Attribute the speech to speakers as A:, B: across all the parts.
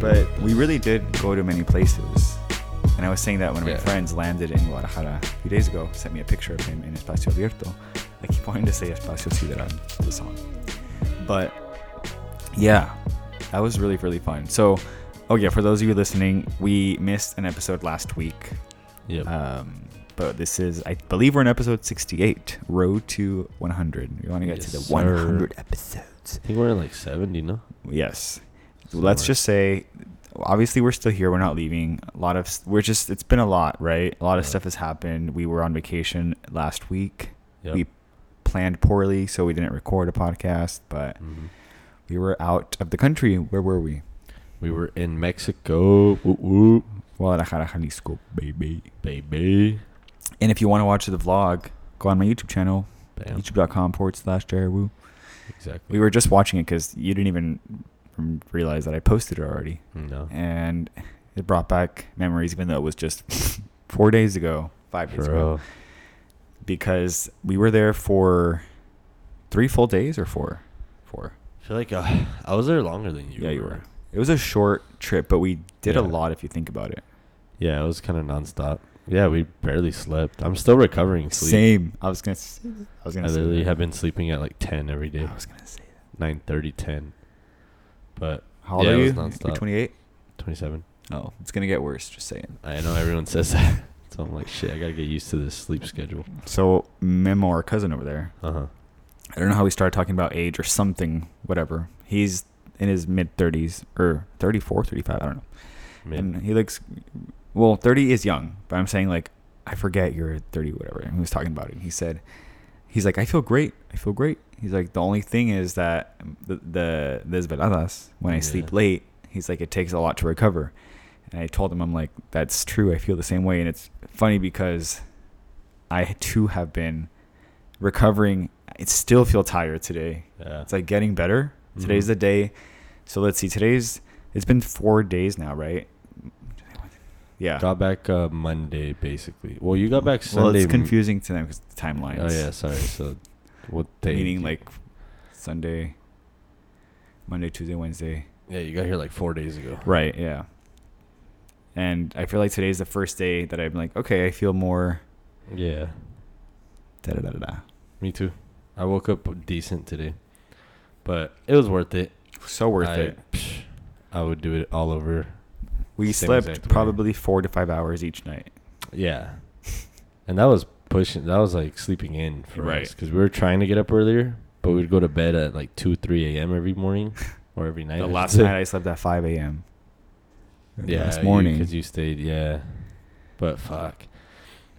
A: but we really did go to many places. And I was saying that when my
B: Yeah.
A: friends landed in Guadalajara a few days ago, sent me a picture of him in Espacio Abierto. I keep wanting to say Espacio Sideral, the song. But yeah, that was really, really fun. So, oh yeah, for those of you listening, we missed an episode last week.
B: Yep.
A: Um, but this is, I believe we're in episode 68, Road to 100. We want to get
B: Yes,
A: to the
B: sir.
A: 100 episodes.
B: I think we're at like 70, no?
A: Yes.
B: Somewhere.
A: Let's just say, obviously, we're still here. We're not leaving. A lot of s- we're just. It's been a lot, right? A lot of
B: Yeah.
A: stuff has happened. We were on vacation last week.
B: Yep.
A: We planned poorly, so we didn't record a podcast. But
B: Mhm.
A: we were out of the country. Where were we?
B: We were in Mexico. Whoop, whoop,
A: Guadalajara, Jalisco, baby.
B: baby.
A: And if you want to watch the vlog, go on my YouTube channel,
B: Bam.
A: youtube.com forward slash Jerry Wu.
B: Exactly.
A: We were just watching it because you didn't even realize that I posted it already.
B: No.
A: and it brought back memories, even though it was just four days ago, five days ago,
B: Bro.
A: because we were there for three full days or four, four.
B: I feel like uh, I was there longer than you.
A: yeah, you were. It was a short trip, but we did a
B: Yeah.
A: lot if you think about it.
B: Yeah, it was kind of nonstop. Yeah, we barely slept. I'm still recovering sleep.
A: Same. I was gonna. s- I was
B: I
A: gonna. say
B: literally
A: that.
B: have been sleeping at like 10 every day,
A: I was gonna say that.
B: 9:30, 10. But
A: How old
B: Yeah,
A: are
B: it
A: you?
B: was
A: You're
B: nonstop.
A: 28.
B: 27.
A: Oh, it's gonna get worse. Just saying.
B: I know everyone says that, so I'm like, shit, I gotta get used to this sleep schedule.
A: So Memo, our cousin over there,
B: Uh huh.
A: I don't know how we started talking about age or something, whatever. He's in his mid 30s or 34, 35, I don't know. And he looks, well, 30 is young, but I'm saying like, I forget you're 30, whatever. And he was talking about it. And he said, he's like, I feel great. I feel great. He's like, the only thing is that the, the desveladas, when I sleep
B: Yeah.
A: late, he's like, it takes a lot to recover. And I told him, I'm like, that's true. I feel the same way. And it's funny because I too have been recovering. I still feel tired today.
B: Yeah.
A: It's like getting better. Today's
B: Mhm.
A: the day. So let's see. Today's it's been four days now, right? Yeah.
B: Got back uh, Monday, basically. Well, you got back Sunday.
A: well, it's
B: m-
A: confusing to them because the timelines.
B: Oh yeah, sorry. So, what day?
A: Meaning like Sunday, Monday, Tuesday, Wednesday.
B: Yeah, you got here like four days ago.
A: Right. Yeah. And I feel like today's the first day that I'm like, okay, I feel more.
B: Yeah.
A: Da da da da.
B: Me too. I woke up decent today, but it was worth it.
A: So worth
B: I,
A: it.
B: psh, I would do it all over.
A: We
B: Same
A: slept
B: exact way.
A: probably four to five hours each night.
B: Yeah. And that was pushing. That was like sleeping in for
A: Right.
B: because we were trying to get up earlier, but we'd go to bed at like two, three a.m. every morning or every night. I
A: The
B: should
A: last
B: say.
A: night I slept at 5 a.m.
B: yeah,
A: Last morning.
B: because you, stayed. Yeah, but fuck,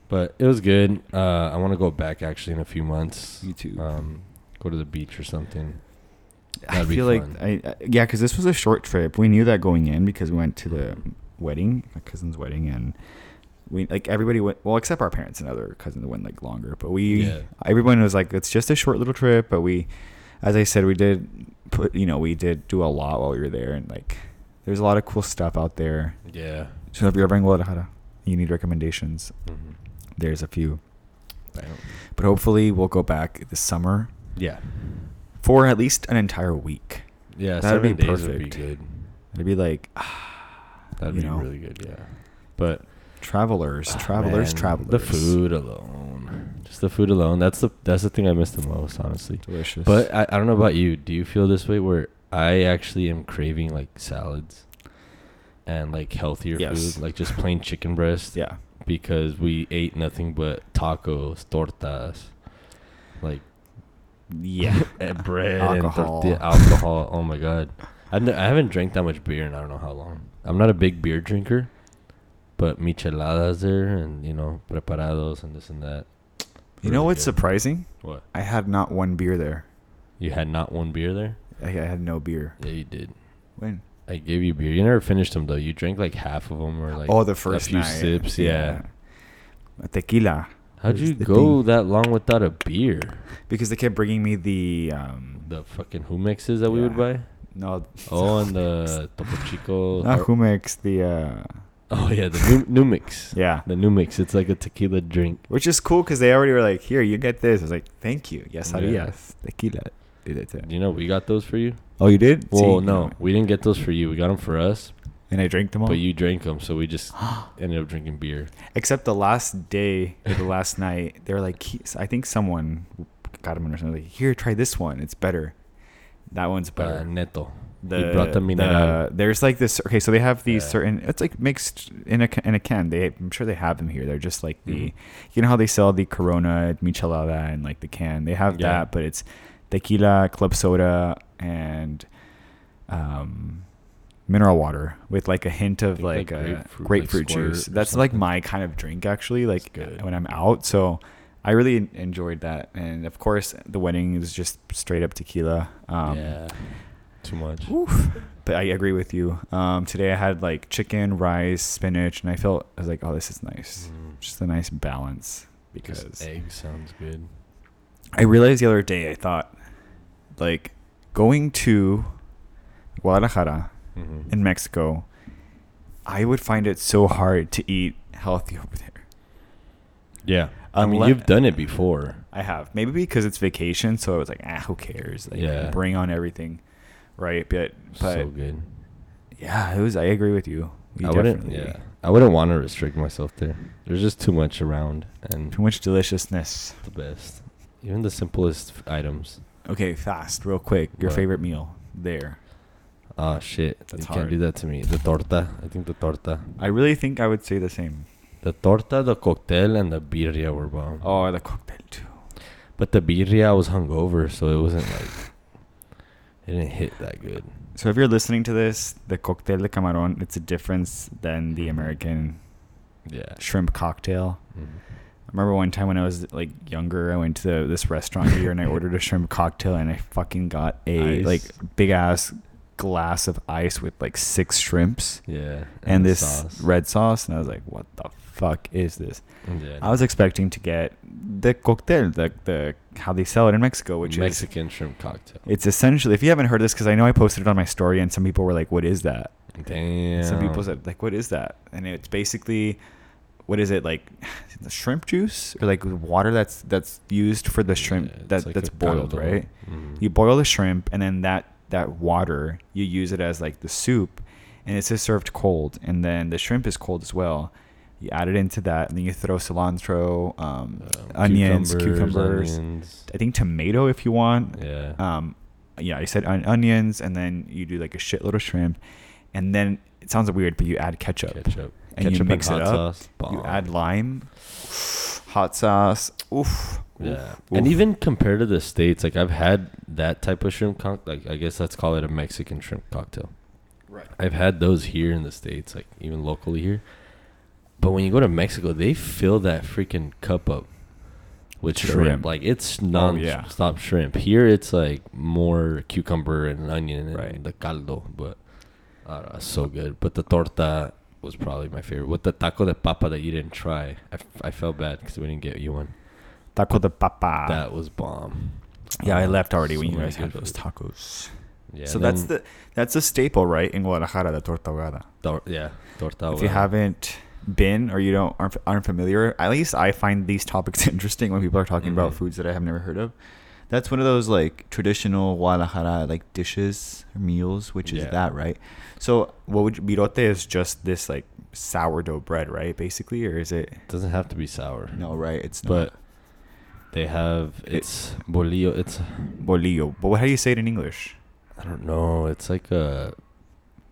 B: but it was good. Uh, I want to go back actually in a few months.
A: You too.
B: Um, go to the beach or something.
A: I
B: That'd be
A: feel like
B: fun.
A: I, I yeah, because this was a short trip. We knew that going in because we went to the wedding, my cousin's wedding, and we like everybody went. Well, except our parents and other cousins went like longer, but we
B: Yeah.
A: everyone was like, it's just a short little trip. But we, as I said, we did put you know we did do a lot while we were there, and like there's a lot of cool stuff out there.
B: Yeah.
A: So if you're ever in Guadalajara, you need recommendations.
B: Mhm.
A: There's a few,
B: I don't-
A: but hopefully we'll go back this summer
B: Yeah.
A: for at least an entire week.
B: Yeah.
A: That'd be
B: seven days would be
A: perfect.
B: good.
A: It'd be like
B: That'd
A: You
B: be
A: know?
B: really good. Yeah. But
A: Travelers,
B: ah,
A: travelers,
B: man,
A: travelers.
B: The food alone. Just the food alone. That's the that's the thing I miss the most, honestly.
A: delicious.
B: But I, I don't know about you. Do you feel this way where I actually am craving like salads and like healthier
A: Yes.
B: food, like just plain chicken breast?
A: yeah,
B: Because we ate nothing but tacos, tortas, like
A: yeah,
B: and Eh, bread,
A: Alcohol.
B: and tortilla, alcohol. Oh my god, I've n- I haven't drank that much beer in I don't know how long. I'm not a big beer drinker, but micheladas there and you know preparados and this and that.
A: you know
B: Really
A: what's
B: good.
A: surprising?
B: What
A: I had not one beer there.
B: you had not one beer there?
A: I, I had no beer.
B: Yeah, you did.
A: When?
B: I gave you beer. You never finished them though. You drank like half of them or like
A: oh, the
B: a
A: first
B: few
A: night.
B: sips. Yeah.
A: A Tequila,
B: How'd
A: Here's
B: you
A: the
B: go
A: thing.
B: that long without a beer?
A: because they kept bringing me the um,
B: The fucking humexes that we would
A: Yeah.
B: buy.
A: no,
B: Oh, and the Topo Chico.
A: not Humex, the uh,
B: oh yeah, the new, new mix.
A: yeah,
B: The new mix. It's like a tequila drink.
A: which is cool because they already were like, here, you get this. I was like, thank you. Yes,
B: Yeah.
A: yes, tequila. Did it?
B: You know, we got those for you.
A: Oh, you did?
B: Well,
A: See?
B: no, we didn't get those for you. We got them for us.
A: and I drank them all.
B: But you drank them, so we just ended up drinking beer.
A: Except the last day, or the last night, they were like, "He- I think someone got him or something. Like, here, try this one. It's better. That one's better.
B: Uh, Neto.
A: the,
B: he brought the mineral.
A: the- there's like this. Okay, so they have these
B: Yeah.
A: certain. It's like mixed in a ca- in a can. They I'm sure they have them here. They're just like the,
B: Mhm.
A: you know how they sell the Corona Michelada and like the can. They have
B: Yeah.
A: that, but it's tequila, club soda, and um, mineral water with like a hint of
B: think,
A: like,
B: like,
A: a grapefruit,
B: grapefruit, like, squirt
A: juice.
B: or
A: That's like
B: something.
A: my kind of drink actually. Like
B: good.
A: when I'm out, so. I really en- enjoyed that, and of course, the wedding is just straight up tequila. Um,
B: yeah. Too much.
A: Oof. But I agree with you. Um, today I had like chicken, rice, spinach, and I felt I was like, oh, this is nice.
B: Mm.
A: Just a nice balance
B: Because
A: because
B: egg sounds good.
A: I realized the other day I thought like going to Guadalajara
B: Mm-hmm.
A: in Mexico, I would find it so hard to eat healthy over there.
B: yeah. I mean,
A: Unle-
B: you've done it before.
A: I have. Maybe because it's vacation, so I was like, ah, who cares? Like
B: Yeah.
A: bring on everything. Right? But but
B: so good.
A: yeah, it was I agree with you. We
B: I wouldn't.
A: definitely-
B: Yeah. I wouldn't want to restrict myself there. There's just too much around, and
A: Too much deliciousness.
B: the best, even the simplest f- items.
A: Okay, fast, real quick. Your
B: What?
A: favorite meal there.
B: Oh shit!
A: That's
B: you
A: hard.
B: can't do that to me. The torta. I think the torta.
A: I really think I would say the same.
B: The torta, the cocktail, and the birria were bomb.
A: Oh, the cocktail too.
B: But the birria, I was hungover, so it wasn't like it didn't hit that good.
A: So if you're listening to this, the cocktail de camarón, it's a difference than the American
B: Yeah.
A: shrimp cocktail.
B: Mhm.
A: I remember one time when I was like younger, I went to this restaurant here and I ordered a shrimp cocktail and I fucking got a
B: Ice.
A: like big ass glass of ice with like six shrimps
B: Yeah.
A: and,
B: the
A: this
B: sauce.
A: red sauce and I was like, what the fuck is this?
B: Yeah.
A: I was expecting to get the cocktail, the, the how they sell it in Mexico, which is
B: Mexican shrimp cocktail.
A: it's essentially. If you haven't heard this, because I know I posted it on my story, and some people were like, "What is that?"
B: Damn.
A: And Some people said, "Like, what is that?" And it's basically, what is it like? is it the shrimp juice or like water that's that's used for the shrimp
B: Yeah, it's
A: that
B: like
A: that's
B: a
A: boiled,
B: caldo.
A: right?
B: Mhm.
A: You boil the shrimp, and then that that water you use it as like the soup, and it's just served cold, and then the shrimp is cold as well. You add it into that, and then you throw cilantro, um,
B: Um,
A: onions, cucumbers.
B: onions.
A: I think tomato if you want.
B: Yeah.
A: Um, yeah, I said on- onions, and then you do like a shitload of shrimp, and then it sounds weird, but you add ketchup,
B: Ketchup.
A: and you
B: Ketchup
A: mix
B: hot
A: it up.
B: Sauce,
A: You
B: bomb.
A: add lime, hot sauce. Oof.
B: Yeah.
A: oof,
B: And
A: oof.
B: even compared to the states, like I've had that type of shrimp cocktail. Like I guess let's call it a Mexican shrimp cocktail.
A: Right.
B: I've had those here in the states, like even locally here. But when you go to Mexico, they fill that freaking cup up with shrimp.
A: Shrimp. Oh,
B: Like it's non-stop shrimp. Here it's like more cucumber and onion and
A: Right.
B: the caldo, but I don't know, it's so good. But the torta was probably my favorite. With the taco de papa that you didn't try, I, f- I felt bad because we didn't get you one.
A: taco de papa.
B: that was bomb.
A: Ah.
B: Uh,
A: yeah, I left already when
B: So
A: you
B: many
A: guys had
B: good
A: those
B: food.
A: tacos.
B: Yeah,
A: so
B: and
A: that's
B: then
A: the that's a staple, right, in Guadalajara, the torta ahogada.
B: tor- yeah torta.
A: if you
B: ahogada.
A: haven't been or you don't aren't, aren't familiar at least i find these topics interesting when people are talking about
B: Mhm.
A: foods that i have never heard of that's one of those like traditional guadalajara like dishes or meals which is
B: Yeah.
A: that right so what would you, birote is just this like sourdough bread right basically or is it
B: doesn't have to be sour.
A: no right it's
B: but they have it's bolillo. It's
A: not bolillo but how do you say it in english
B: I don't know. It's like a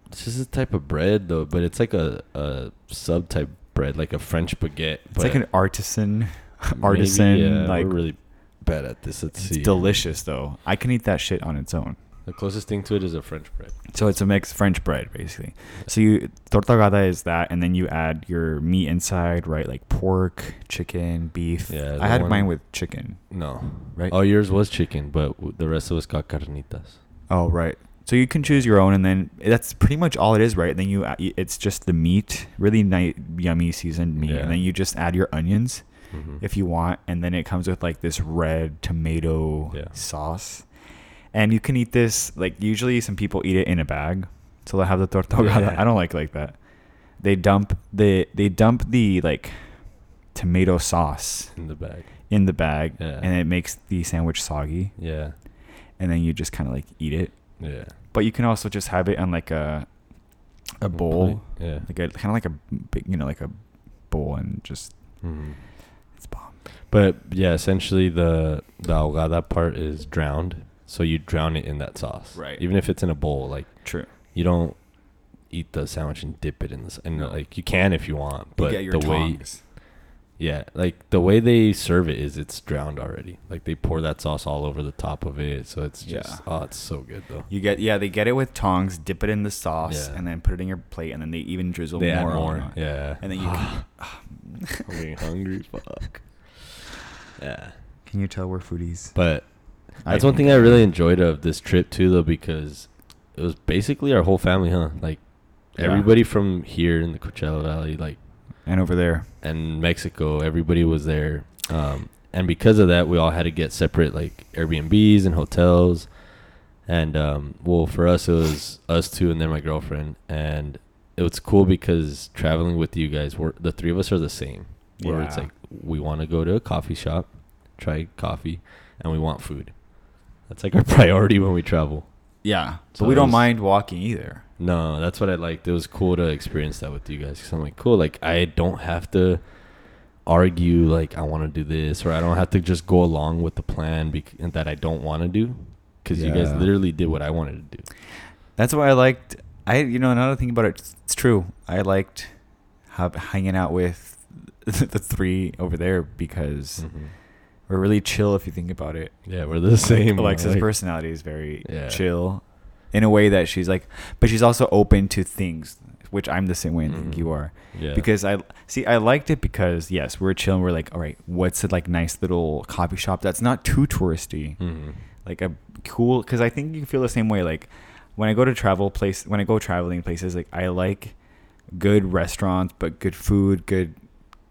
B: it's just a type of bread though, but it's like a a subtype bread, like a French baguette.
A: it's like
B: but
A: an artisan
B: maybe,
A: artisan
B: yeah,
A: like
B: we're really bad at this. Let's
A: it's
B: see.
A: delicious though i can eat that shit on its own
B: The closest thing to it is a French bread.
A: So it's a mix French bread basically. So you tortagada is that, and then you add your meat inside, right? Like pork, chicken, beef.
B: Yeah, the
A: I had
B: one-
A: mine with chicken.
B: No,
A: Right.
B: Oh, yours was chicken, but w- the rest of us got carnitas.
A: Oh right. So you can choose your own, and then that's pretty much all it is, right? Then you uh, it's just the meat, really nice, yummy seasoned meat,
B: Yeah.
A: and then you just add your onions
B: Mhm.
A: if you want, and then it comes with like this red tomato
B: Yeah.
A: sauce, and you can eat this like usually some people eat it in a bag, so they have the tortogada.
B: Yeah.
A: I don't like like that. They dump the they dump the like tomato sauce
B: in the bag.
A: in the bag,
B: Yeah.
A: and it makes the sandwich soggy,
B: Yeah,
A: and then you just kind of like eat it.
B: yeah.
A: But you can also just have it on like a a bowl,
B: Yeah.
A: like a kind of like a big, you know, like a bowl, and just
B: Mhm.
A: it's bomb.
B: But yeah, essentially the the ahogada part is drowned, so you drown it in that sauce,
A: Right.
B: Even if it's in a bowl, like
A: True.
B: you don't eat the sandwich and dip it in the s- and
A: No.
B: like you can if you want,
A: But
B: but
A: you get your
B: the way
A: tongs.
B: yeah, like the way they serve it is it's drowned already. Like they pour that sauce all over the top of it, so it's just
A: Yeah.
B: oh, it's so good though.
A: You get yeah, they get it with tongs, dip it in the sauce,
B: Yeah.
A: and then put it in your plate, and then they even drizzle
B: They add
A: more.
B: more,
A: on it.
B: yeah,
A: And then you can,
B: I'm getting hungry, fuck. Yeah,
A: can you tell we're foodies?
B: but
A: I
B: That's one
A: think
B: thing I
A: I am.
B: really enjoyed of this trip too, though, because it was basically our whole family, huh? Like
A: Yeah.
B: everybody from here in the Coachella Valley, like
A: And over there,
B: and Mexico, everybody was there. Um, and because of that, we all had to get separate like Airbnbs and hotels. And um, well, for us, it was us two and then my girlfriend. And it was cool because traveling with you guys, we're, the three of us are the same. Where it's
A: Yeah.
B: like we want to go to a coffee shop, try coffee, and we want food. That's like our priority when we travel.
A: yeah,
B: So
A: but we
B: it
A: don't
B: was-
A: mind walking either.
B: No, that's what I liked. It was cool to experience that with you guys. Cause I'm like, cool. Like I don't have to argue like I want to do this, or I don't have to just go along with the plan bec- and that I don't want to do. Because you guys
A: Yeah.
B: literally did what I wanted to do.
A: That's why I liked. I you know another thing about it. It's, it's true. I liked ha- hanging out with the three over there because we're really chill if you think about it.
B: Mm-hmm. Yeah, we're the same.
A: Alexa's
B: like-
A: personality is very
B: Yeah.
A: chill in a way that she's like, but she's also open to things, which I'm the same way. I think
B: Mhm.
A: you are
B: Yeah.
A: because I see I liked it because yes, we're chill and we're like, all right, what's a like nice little coffee shop that's not too touristy,
B: Mhm.
A: like a cool. Because I think you feel the same way. Like when I go to travel place, when I go traveling places, like I like good restaurants, but good food, good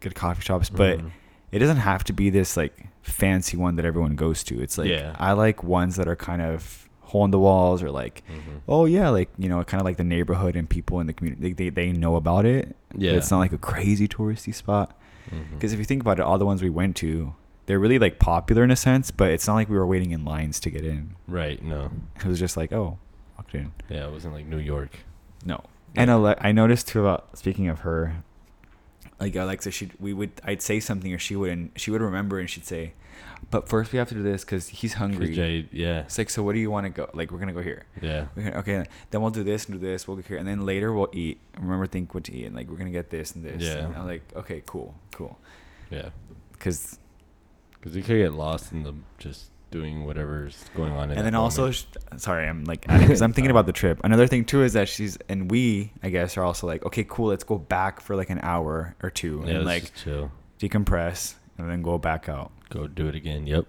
A: good coffee shops, but
B: Mhm.
A: it doesn't have to be this like fancy one that everyone goes to. It's like
B: Yeah.
A: I like ones that are kind of hole in the walls or like
B: Mhm.
A: oh yeah, like you know, kind of like the neighborhood and people in the community they they, they know about it.
B: Yeah.
A: it's not like a crazy touristy spot.
B: Mhm.
A: Because if you think about it, all the ones we went to, they're really like popular in a sense, but it's not like we were waiting in lines to get in.
B: Mm-hmm. right, no,
A: It was just like oh, walked in.
B: yeah, it wasn't like New York.
A: No. And Ale- I noticed too about speaking of her, like Alexa, she we would I'd say something or she would and she would remember and she'd say, "But first we have to do this because he's
B: 'Cause
A: hungry."
B: Jade, yeah,
A: It's like, so what do you want to go? Like we're gonna go here.
B: yeah,
A: We're gonna, okay, then we'll do this and do this. We'll go here, and then later we'll eat. Remember, think what to eat, and like we're gonna get this and this.
B: Yeah.
A: And I'm like, okay, cool, cool,
B: yeah.
A: because
B: Because you could get lost in the just doing whatever's going on. In
A: and
B: that
A: then also
B: moment.
A: sh sorry i'm like because i'm thinking about the trip another thing too is that she's and we i guess are also like okay cool let's go back for like an hour or two
B: yeah, let's
A: and like
B: just chill.
A: decompress and then go back out
B: Go do it again. Yep.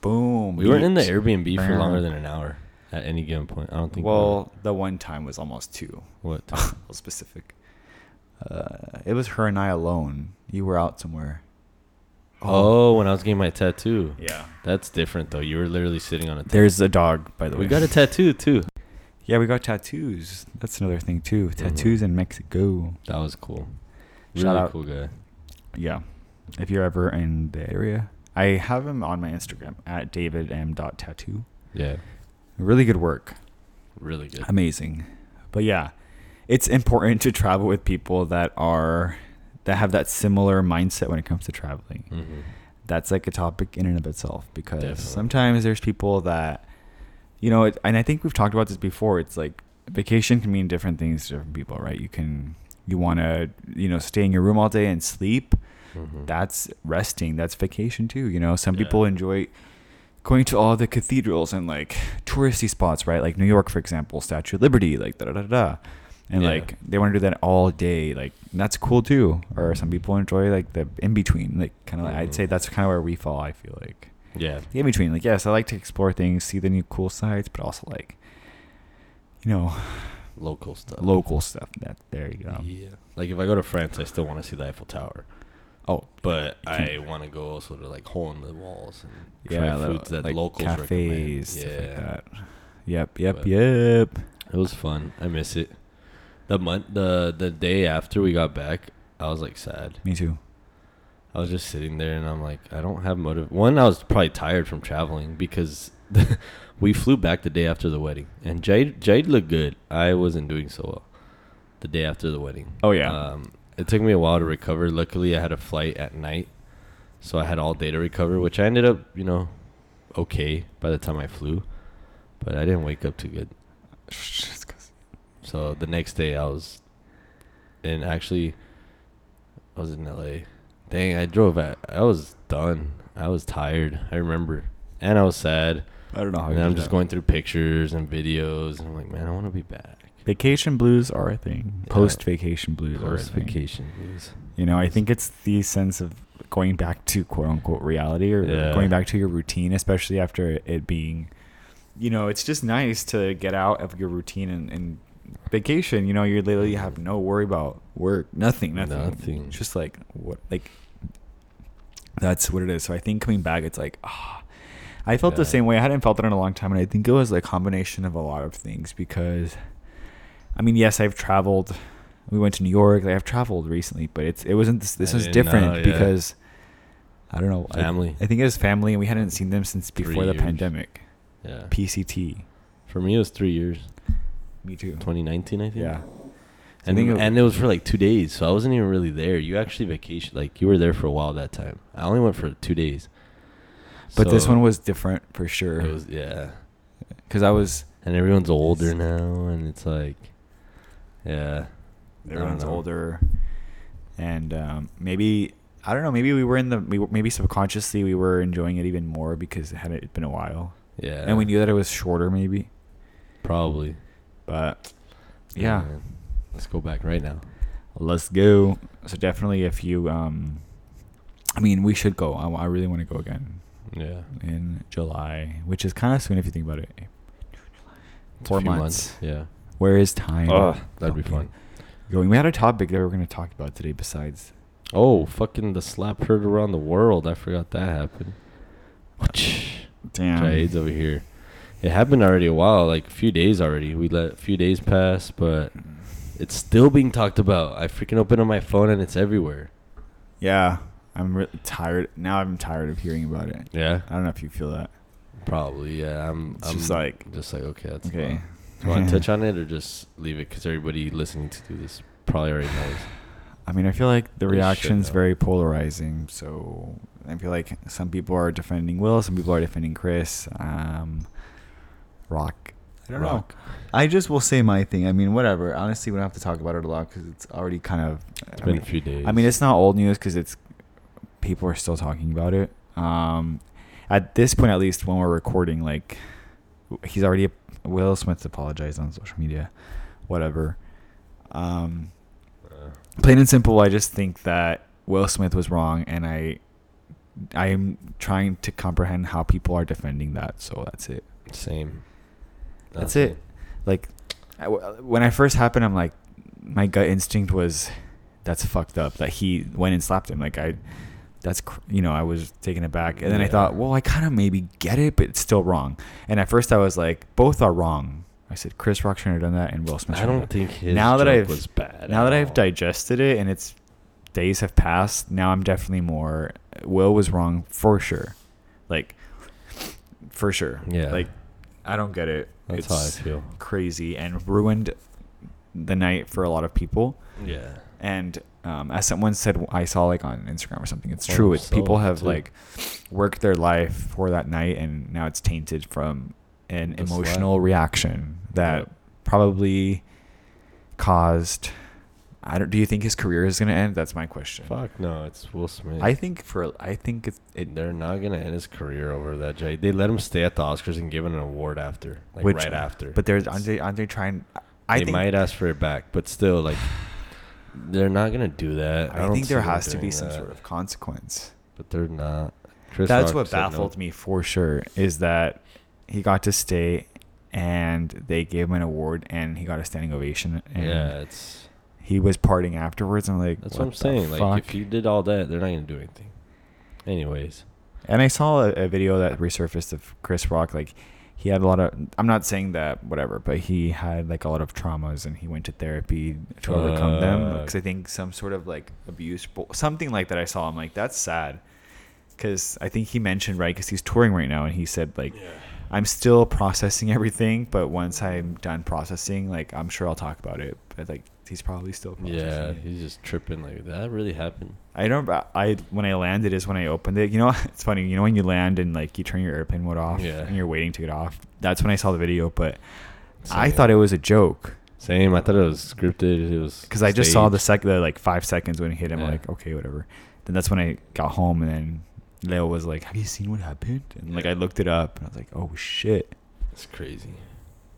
A: boom
B: We weren't in the
A: beach.
B: Airbnb for
A: Brr.
B: longer than an hour at any given point. I don't think. we were.
A: well the one time was almost two
B: what?
A: a little specific uh, it was her and i alone you were out somewhere
B: Oh, when I was getting my tattoo.
A: yeah
B: That's different though. You were literally sitting on a. T-
A: there's a dog by the way
B: we got a tattoo too.
A: yeah we got tattoos that's another thing too tattoos in mexico
B: That was cool.
A: Shout
B: Really
A: out.
B: cool guy.
A: Yeah. If you're ever in the area, I have him on my Instagram at davidm.tattoo.
B: Yeah.
A: Really good work.
B: Really good.
A: Amazing. But yeah, it's important to travel with people that are that have that similar mindset when it comes to traveling.
B: Mm-hmm.
A: That's like a topic in and of itself because
B: Definitely.
A: sometimes there's people that you know, it, and I think we've talked about this before. It's like vacation can mean different things to different people, right? You can you want to, you know, stay in your room all day and sleep
B: Mm-hmm.
A: that's resting that's vacation too you know some
B: Yeah.
A: people enjoy going to all the cathedrals and like touristy spots right like new york for example statue of liberty like da da da da and
B: Yeah.
A: like they want to do that all day like and that's cool too or some people enjoy like the in between like kind of i'd
B: Mhm.
A: say that's kind of where we fall i feel like
B: Yeah.
A: the in between like yes i like to explore things see the new cool sites but also like you know
B: Local stuff.
A: local stuff that there you go
B: Yeah. Like if I go to France, I still want to see the Eiffel Tower.
A: oh
B: But I
A: can-
B: want to go also to like hole in the walls and try
A: yeah
B: foods that locals recommend.
A: cafes
B: Yeah,
A: stuff like that yep yep
B: But-
A: yep
B: it was fun. I miss it. The month, the the day after we got back, I was like sad.
A: Me too.
B: I was just sitting there and I'm like, I don't have motive. One, I was probably tired from traveling because we flew back the day after the wedding, and Jade Jade looked good. I wasn't doing so well, the day after the wedding.
A: Oh, yeah.
B: Um, it took me a while to recover. Luckily, I had a flight at night, so I had all day to recover, which I ended up, you know, okay by the time I flew, but I didn't wake up too good.
A: Just 'cause-
B: So the next day I was, and actually, I was in LA. Dang, I drove. At, I was done. I was tired. I remember, and I was sad.
A: I don't know how.
B: and
A: Oh, you
B: I'm
A: did
B: just
A: that.
B: going through pictures and videos, and I'm like, man, I want to be back.
A: Vacation blues are a thing.
B: Yeah.
A: Post vacation blues
B: Post
A: are a thing.
B: vacation blues.
A: You know, I think it's the sense of going back to quote unquote reality or
B: Yeah.
A: going back to your routine, especially after it being, you know, it's just nice to get out of your routine and, and vacation. You know, you literally have no worry about work, nothing, nothing.
B: Mm. Nothing.
A: It's just like what, like that's what it is. So I think coming back, it's like ah. I felt the
B: Yeah.
A: same way. I hadn't felt it in a long time, and I think it was like combination of a lot of things because, I mean, yes, I've traveled. We went to New York. Like, I've traveled recently, but it's it wasn't this. This
B: I
A: was
B: didn't
A: different
B: know, yeah.
A: because I don't know I-
B: Family.
A: I, think it was family, and we hadn't seen them since
B: Three
A: before the
B: years.
A: pandemic.
B: Yeah.
A: PCT.
B: For me, it was three years.
A: Me too.
B: 2019, I think.
A: Yeah.
B: And,
A: I think it-
B: and it was for like two days, so I wasn't even really there. You actually vacation, like you were there for a while that time. I only went for two days.
A: But this
B: So
A: one was different for sure
B: It was yeah.
A: because I was
B: and everyone's older now, and it's like, yeah, I don't
A: everyone's
B: know.
A: older and um, maybe i don't know maybe we were in the we were, maybe subconsciously we were enjoying it even more because it hadn't been a while
B: yeah,
A: and we knew that it was shorter maybe
B: probably,
A: but yeah
B: man. Let's go back right now.
A: let's go so definitely if you um i mean we should go i, I really want to go again
B: Yeah,
A: in july which is kind of soon if you think about it
B: It's a
A: four
B: few
A: months.
B: Yeah,
A: where is time
B: Ugh, that'd be
A: fucking
B: fun.
A: going we had a topic that we were going to talk about today besides
B: Oh, fucking the slap heard around the world. I forgot that happened.
A: damn
B: Jaide's over here. It happened already a while, like a few days already. We let a few days pass, but
A: Mm.
B: it's still being talked about. I freaking open up my phone and it's everywhere.
A: Yeah, I'm re- tired now. I'm tired of hearing about it.
B: Yeah,
A: I don't know if you feel that.
B: probably. Yeah, I'm.
A: It's
B: I'm
A: just like
B: just like okay, that's
A: okay.
B: fine. Do you want to touch on it or just leave it? Because everybody listening to this probably already knows.
A: I mean, I feel like the
B: We should
A: reaction's
B: know.
A: very polarizing. So I feel like some people are defending Will, some people are defending Chris. Um, rock. I don't
B: Rock.
A: know. I just will say my thing. I mean, whatever. Honestly, we don't have to talk about it a lot because it's already kind of.
B: It's
A: I
B: been
A: mean,
B: a few days.
A: I mean, it's not old news because it's people are still talking about it. Um, at this point, at least when we're recording, like he's already Will Smith apologized on social media, whatever. Um,
B: Uh,
A: plain and simple, I just think that Will Smith was wrong, and I I am trying to comprehend how people are defending that. So that's it.
B: same. Uh,
A: That's it. Like I, when I first happened, I'm like, my gut instinct was, that's fucked up that he went and slapped him. Like I, that's cr- you know I was taken aback, and then I
B: Yeah.
A: thought, well, I kind of maybe get it, but it's still wrong. And at first I was like, both are wrong. I said Chris Rock shouldn't have done that, and Will Smith.
B: I
A: shouldn't
B: don't
A: have.
B: think his
A: now that
B: joke
A: I've
B: was bad
A: now
B: at
A: that
B: all.
A: I've digested it and it's days have passed. Now I'm definitely more. Will was wrong for sure, like for sure.
B: Yeah.
A: like I don't get it.
B: That's how I feel.
A: Crazy and ruined the night for a lot of people.
B: Yeah.
A: And um, as someone said, I saw like on Instagram or something. It's
B: For
A: true. It's people
B: themselves,
A: have
B: too.
A: like worked their life for that night, and now it's tainted from an
B: The slap.
A: emotional reaction that
B: Yep.
A: probably caused. I don't. Do you think his career is going to end? That's my question.
B: Fuck no, it's Will Smith.
A: I think for I think it's it
B: they're not gonna end his career over that. Jay. They let him stay at the Oscars and give him an award after, like
A: Which-
B: right after.
A: But there's
B: It's-
A: aren't they, aren't they trying? I
B: they
A: think
B: might ask for it back, but still, like, they're not gonna do that.
A: I,
B: don't
A: think
B: see uh,
A: there
B: them
A: has to be
B: doing
A: some
B: that.
A: sort of consequence.
B: but they're not. Chris
A: That's
B: Rock
A: what
B: said no.
A: baffled me for sure is that he got to stay and they gave him an award and he got a standing ovation and
B: Yeah, it's
A: he was partying afterwards. I'm like,
B: that's what, I'm
A: the
B: saying. Like, if
A: fuck?
B: you did all that, they're not gonna do anything. Anyways,
A: And I saw a, a video that resurfaced of Chris Rock. Like, he had a lot of. I'm not saying that whatever, but he had like a lot of traumas, and he went to therapy to overcome them.
B: Fuck.
A: Because I think some sort of like abuse, bu- something like that. I saw. I'm like, that's sad. Because I think he mentioned right because he's touring right now, and he said like, I'm still processing everything, but once I'm done processing, like I'm sure I'll talk about it. But like He's probably still processing
B: Yeah,
A: it.
B: he's just tripping like that really happened.
A: I remember I when I landed is when I opened it. You know, it's funny. You know when you land and like you turn your airplane mode off
B: Yeah.
A: and you're waiting to get off. That's when I saw the video, but I
B: Same.
A: thought it was a joke
B: Same. I thought it was scripted. It was
A: because I just saw the
B: staged.
A: sec the like five seconds when it hit him.
B: Yeah.
A: Like okay, whatever. Then that's when I got home and then Leo was like, "Have you seen what happened?" And like
B: Yeah.
A: I looked it up and I was like, "Oh shit,
B: It's crazy.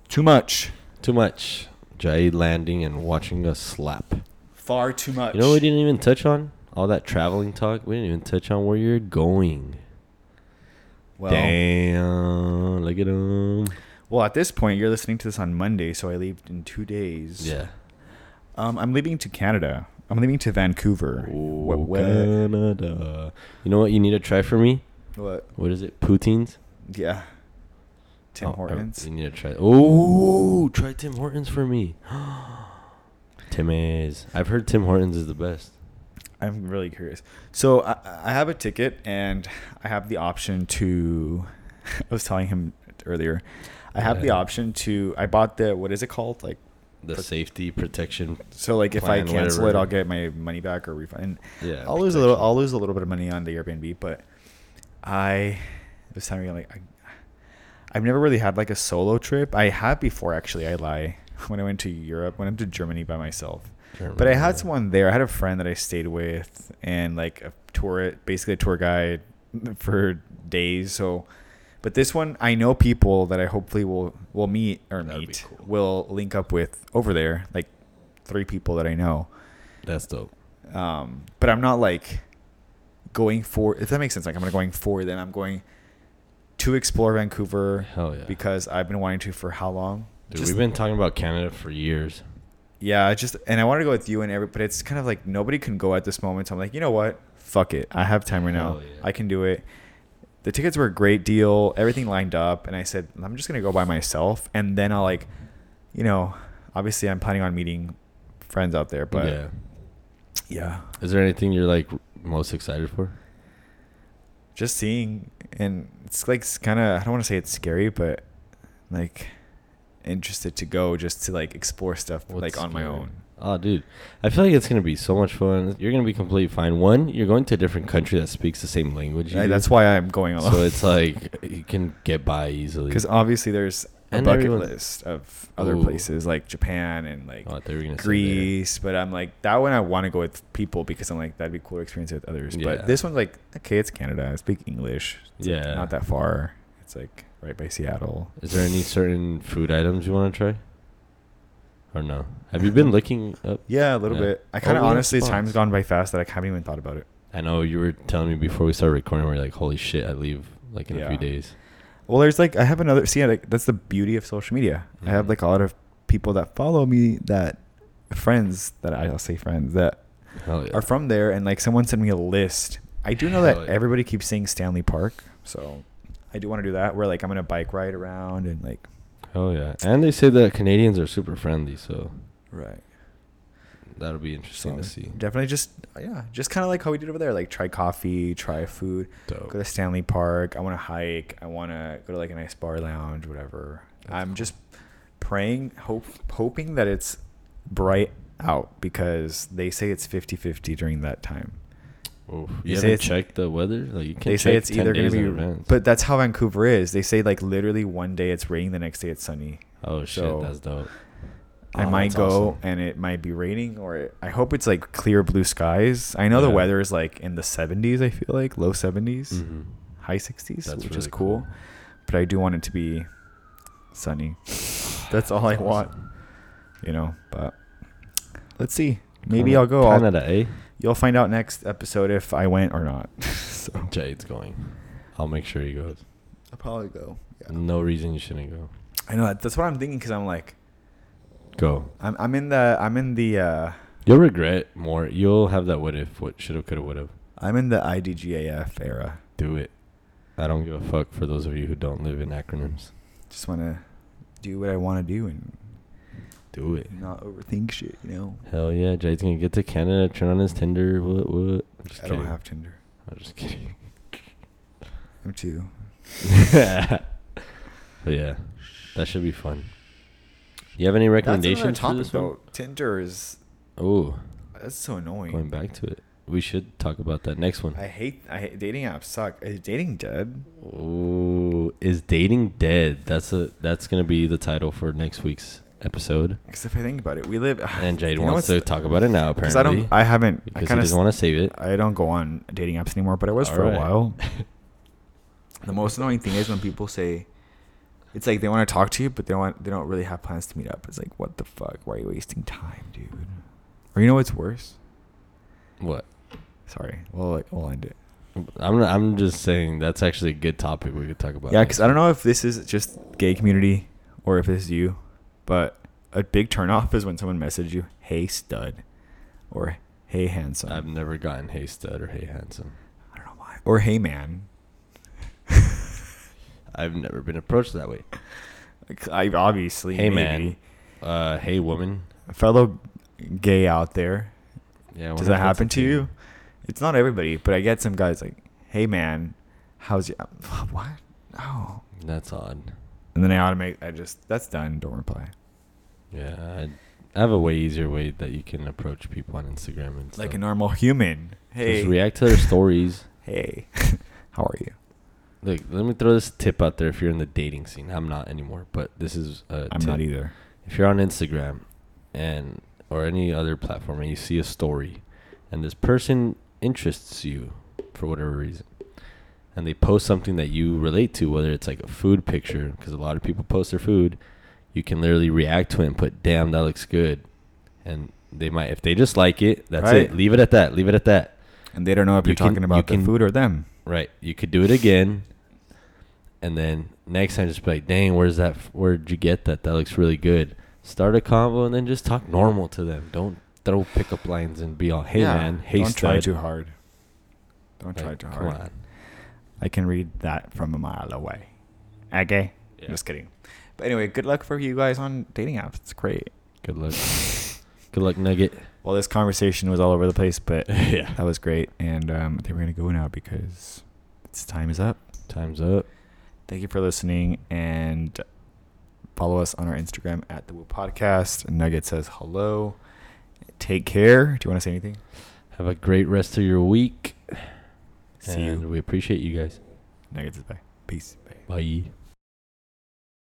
A: too much,
B: Too much. Jai landing and watching us slap.
A: far too much."
B: You know what we didn't even touch on? All that traveling talk. We didn't even touch on where you're going.
A: Well,
B: Damn. Look at him.
A: well, at this point you're listening to this on Monday, so I leave in two days.
B: Yeah.
A: Um, I'm leaving to Canada. I'm leaving to Vancouver.
B: Oh, Canada. You know what you need to try for me?
A: What?
B: What is it? Poutines?
A: Yeah. Tim
B: Oh, I-
A: Hortons.
B: You need to try. Oh, try Tim Hortons for me. Tim is. I've heard Tim Hortons is the best.
A: I'm really curious. So I, I have a ticket and I have the option to. I was telling him earlier. I have the
B: Yeah.
A: option to. I bought the what is it called? Like
B: The
A: Pro-
B: safety protection.
A: so, like if I
B: Plan,
A: cancel it,
B: whatever.
A: I'll get my money back or refund.
B: Yeah,
A: I'll lose a little.
B: protection.
A: I'll lose a little bit of money on the Airbnb, but I was telling you like I, I've never really had like a solo trip. I had before actually. I lie. When I went to Europe, when I went to Germany by myself.
B: Germany,
A: But I had
B: yeah.
A: someone there. I had a friend that I stayed with, and like a tour, basically a tour guide for days. So, but this one, I know people that I hopefully will will meet or
B: That'd be
A: meet
B: cool.
A: will link up with over there. Like three people that I know
B: That's dope.
A: um, but I'm not like going for if that makes sense. Like I'm not going for them. I'm going to explore Vancouver.
B: Hell yeah.
A: Because I've been wanting to for how long?
B: Dude,
A: Just-
B: we've been talking about Canada for years.
A: Yeah, I just and I wanted to go with you and every, but it's kind of like nobody can go at this moment. So I'm like, you know what? Fuck it. I have time right now.
B: Hell yeah.
A: I can do it. The tickets were a great deal. Everything lined up, and I said, I'm just gonna go by myself, and then I'll like, you know, obviously I'm planning on meeting friends out there, but
B: yeah.
A: yeah.
B: Is there anything you're like most excited for?
A: just seeing and it's like kind of i don't want to say it's scary but like interested to go just to like explore stuff like
B: What's
A: on my
B: scary?
A: own
B: Oh, dude, I feel like it's gonna be so much fun. You're gonna be completely fine. One, you're going to a different country that speaks the same language. you
A: I-
B: do.
A: that's why i'm going alone
B: So it's like you can get by easily.
A: because obviously there's a
B: And
A: bucket
B: everyone-
A: list of other
B: Ooh.
A: places like japan and like
B: oh, they were gonna say
A: greece but i'm like that one i want to go with people because i'm like that'd be cool to experience it with others
B: Yeah.
A: but this one's like okay it's canada i speak english it's like,
B: Yeah.
A: not that far it's like right by seattle
B: there. Is there any certain food items you want to try? Or no? Have you been looking up?
A: yeah a little
B: Yeah.
A: bit i kind
B: Oh,
A: of
B: we have
A: honestly
B: spots.
A: time's gone by fast that i haven't even thought about it
B: I know you were telling me before we started recording. We're like, holy shit, I leave like in a few
A: Yeah.
B: days.
A: Well, there's like I have another. See, like that's the beauty of social media. I have
B: Mhm.
A: like a lot of people that follow me that friends that I- I'll say friends that
B: Hell Oh, yeah.
A: are from there, and like someone sent me a list. I do know that
B: Hell yeah.
A: everybody keeps saying Stanley Park, so I do want to do that. Where like I'm gonna bike ride around and like
B: Oh yeah, and they say that Canadians are super friendly, so
A: right.
B: that'll be interesting
A: So
B: to see.
A: definitely just yeah, just kind of like how we did over there. Like try coffee, try food,
B: Dope.
A: go to Stanley Park. I want to hike. I want to go to like a nice bar lounge, whatever.
B: That's
A: I'm
B: cool.
A: just praying, hope, hoping that it's bright out because they say it's 50-50 during that time.
B: Oof.
A: They
B: You
A: say
B: haven't
A: it's-
B: checked the weather. Like you can
A: They say
B: check
A: it's
B: 10
A: either going
B: days
A: to
B: in
A: be,
B: advance.
A: but that's how Vancouver is. They say like literally one day it's raining, the next day it's sunny.
B: oh shit,
A: so-
B: that's dope.
A: I
B: Oh,
A: might
B: that's
A: go
B: awesome.
A: and it might be raining or it, I hope it's like clear blue skies. I know the
B: Yeah.
A: weather is like in the 70s, I feel like low 70s,
B: Mhm.
A: high 60s,
B: That's
A: which is
B: really
A: cool.
B: cool.
A: But I do want it to be sunny. That's all I
B: That's
A: want,
B: awesome.
A: you know, but let's see. Maybe I'll
B: Canada-
A: go. I'll-
B: Canada, eh?
A: you'll find out next episode if I went or not. so
B: Jade's going. I'll make sure he goes.
A: I'll probably go.
B: No reason you shouldn't go.
A: I know that's what I'm thinking because I'm like
B: Go.
A: I'm I'm in the I'm in the uh
B: You'll regret more. You'll have that what if, what should have, could have, would have.
A: I'm in the IDGAF era.
B: Do it. I don't give a fuck for those of you who don't live in acronyms.
A: Just want to do what I want to do and
B: Do it.
A: not overthink shit. You know.
B: Hell yeah, Jade's gonna get to Canada, turn on his Tinder. What? What? I'm just
A: I don't
B: kidding.
A: have Tinder.
B: I'm just kidding.
A: I'm too.
B: but yeah, that should be fun. You have any
A: That's another
B: recommendations? for
A: topic
B: this one?
A: though. Tinder is
B: Oh,
A: That's so
B: going
A: annoying.
B: back to it, we should talk about that next one.
A: I hate. I hate dating apps. Suck. Is dating dead?
B: Oh, is dating dead? That's a that's gonna be the title for next week's episode.
A: Because if I think about it, we live.
B: And Jade
A: You know
B: wants to
A: what's-
B: talk about it now.
A: Because
B: Apparently,
A: I don't. I haven't.
B: because
A: I
B: he
A: kind
B: doesn't
A: of.
B: want to save it.
A: I don't go on dating apps anymore, but I was for
B: All
A: a
B: right.
A: while. the most annoying thing is when people say, it's like they want to talk to you, but they want they don't really have plans to meet up. It's like, what the fuck? Why are you wasting time, dude? Or you know what's worse?
B: What?
A: Sorry. Well, like we'll end it.
B: I'm I'm just saying that's actually a good topic we could talk about.
A: Yeah,
B: next
A: because I don't
B: week.
A: know if this is just gay community or if this is you, but a big turnoff is when someone messages you, "Hey stud," or "Hey handsome."
B: I've never gotten hey stud or hey handsome.
A: I don't know why. Or "Hey man."
B: I've never been approached that way.
A: Like, I obviously.
B: Hey man,
A: maybe.
B: uh, hey woman.
A: fellow gay out there,
B: Yeah. I wonder
A: does
B: if
A: that
B: that's
A: happen
B: a
A: to
B: thing.
A: you? It's not everybody, but I get some guys like, "Hey man, how's your what?" No.
B: That's odd.
A: And then I automate. I just that's done. Don't reply.
B: Yeah, I, I have a way easier way that you can approach people on Instagram and
A: Like a
B: stuff.
A: normal human. Hey.
B: Just react to their stories.
A: Hey. How are you?
B: Look, let me throw this tip out there. If you're in the dating scene, I'm not anymore, but this is a
A: I'm
B: tip.
A: not either.
B: If you're on Instagram and or any other platform and you see a story, and this person interests you for whatever reason, and they post something that you relate to, whether it's like a food picture, because a lot of people post their food, you can literally react to it and put, "Damn, that looks good," and they might if they just like it, that's
A: Right.
B: it. Leave it at that. Leave it at that.
A: And they don't know if
B: You
A: you are
B: can-
A: talking
B: you
A: about the
B: can-
A: food or them.
B: Right. You could do it again. And then next time, just be like, dang, where's that? f- Where'd you get that? That looks really good. Start a convo and then just talk normal to them. Don't throw pickup lines and be all, hey,
A: Yeah.
B: man, hey,
A: Don't try
B: stud."
A: too hard. Don't
B: Like,
A: try too
B: come
A: hard.
B: on.
A: I can read that from a mile away. Okay.
B: Yeah.
A: Just kidding. But anyway, good luck for you guys on dating apps. It's great.
B: Good luck. good luck, Nugget.
A: Well, this conversation was all over the place, but
B: yeah.
A: that was great. And um, I think we're going to go now because it's time is up.
B: Time's up.
A: Thank you for listening and follow us on our Instagram at the Woo Podcast. Nugget says hello. Take care. Do you want to say anything?
B: Have a great rest of your week.
A: See
B: and
A: you.
B: we appreciate you guys.
A: Nugget says bye. Peace.
B: Bye.